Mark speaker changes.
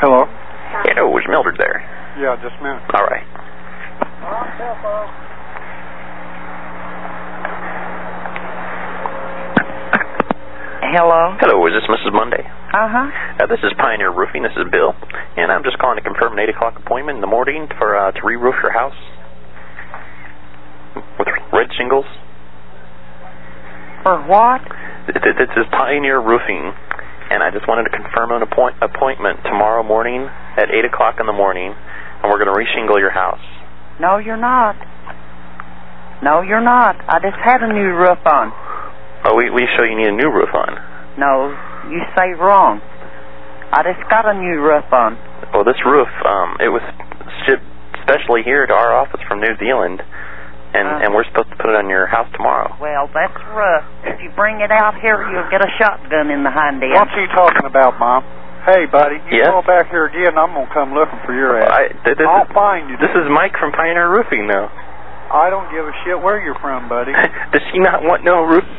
Speaker 1: Hello?
Speaker 2: Hello, is Mildred there?
Speaker 1: Yeah, just a minute.
Speaker 2: All right.
Speaker 3: Hello?
Speaker 2: Hello, is this Mrs. Monday?
Speaker 3: Uh-huh.
Speaker 2: Uh, this is Pioneer Roofing. This is Bill, and I'm just calling to confirm an eight o'clock appointment in the morning for uh, to re-roof your house with red shingles.
Speaker 3: For what?
Speaker 2: Th- th- This is Pioneer Roofing, and I just wanted to confirm an appoint- appointment tomorrow morning at eight o'clock in the morning, and we're going to reshingle your house.
Speaker 3: No, you're not. No, you're not. I just had a new roof on.
Speaker 2: Oh, we we show you need a new roof on.
Speaker 3: No, you say wrong. I just got a new roof on.
Speaker 2: Well, this roof, um, it was shipped specially here to our office from New Zealand, and
Speaker 3: Uh.
Speaker 2: and we're supposed to put it on your house tomorrow.
Speaker 3: Well, that's rough. If you bring it out here, you'll get a shotgun in the hind end.
Speaker 1: What you talking about, Mom? Hey, buddy, you
Speaker 2: Yes?
Speaker 1: go back here again, I'm going to come looking for your ass.
Speaker 2: I, th- this,
Speaker 1: will
Speaker 2: is,
Speaker 1: find you.
Speaker 2: this is Mike from Pioneer Roofing, though.
Speaker 1: I don't give a shit where you're from, buddy.
Speaker 2: Does she not want no roof?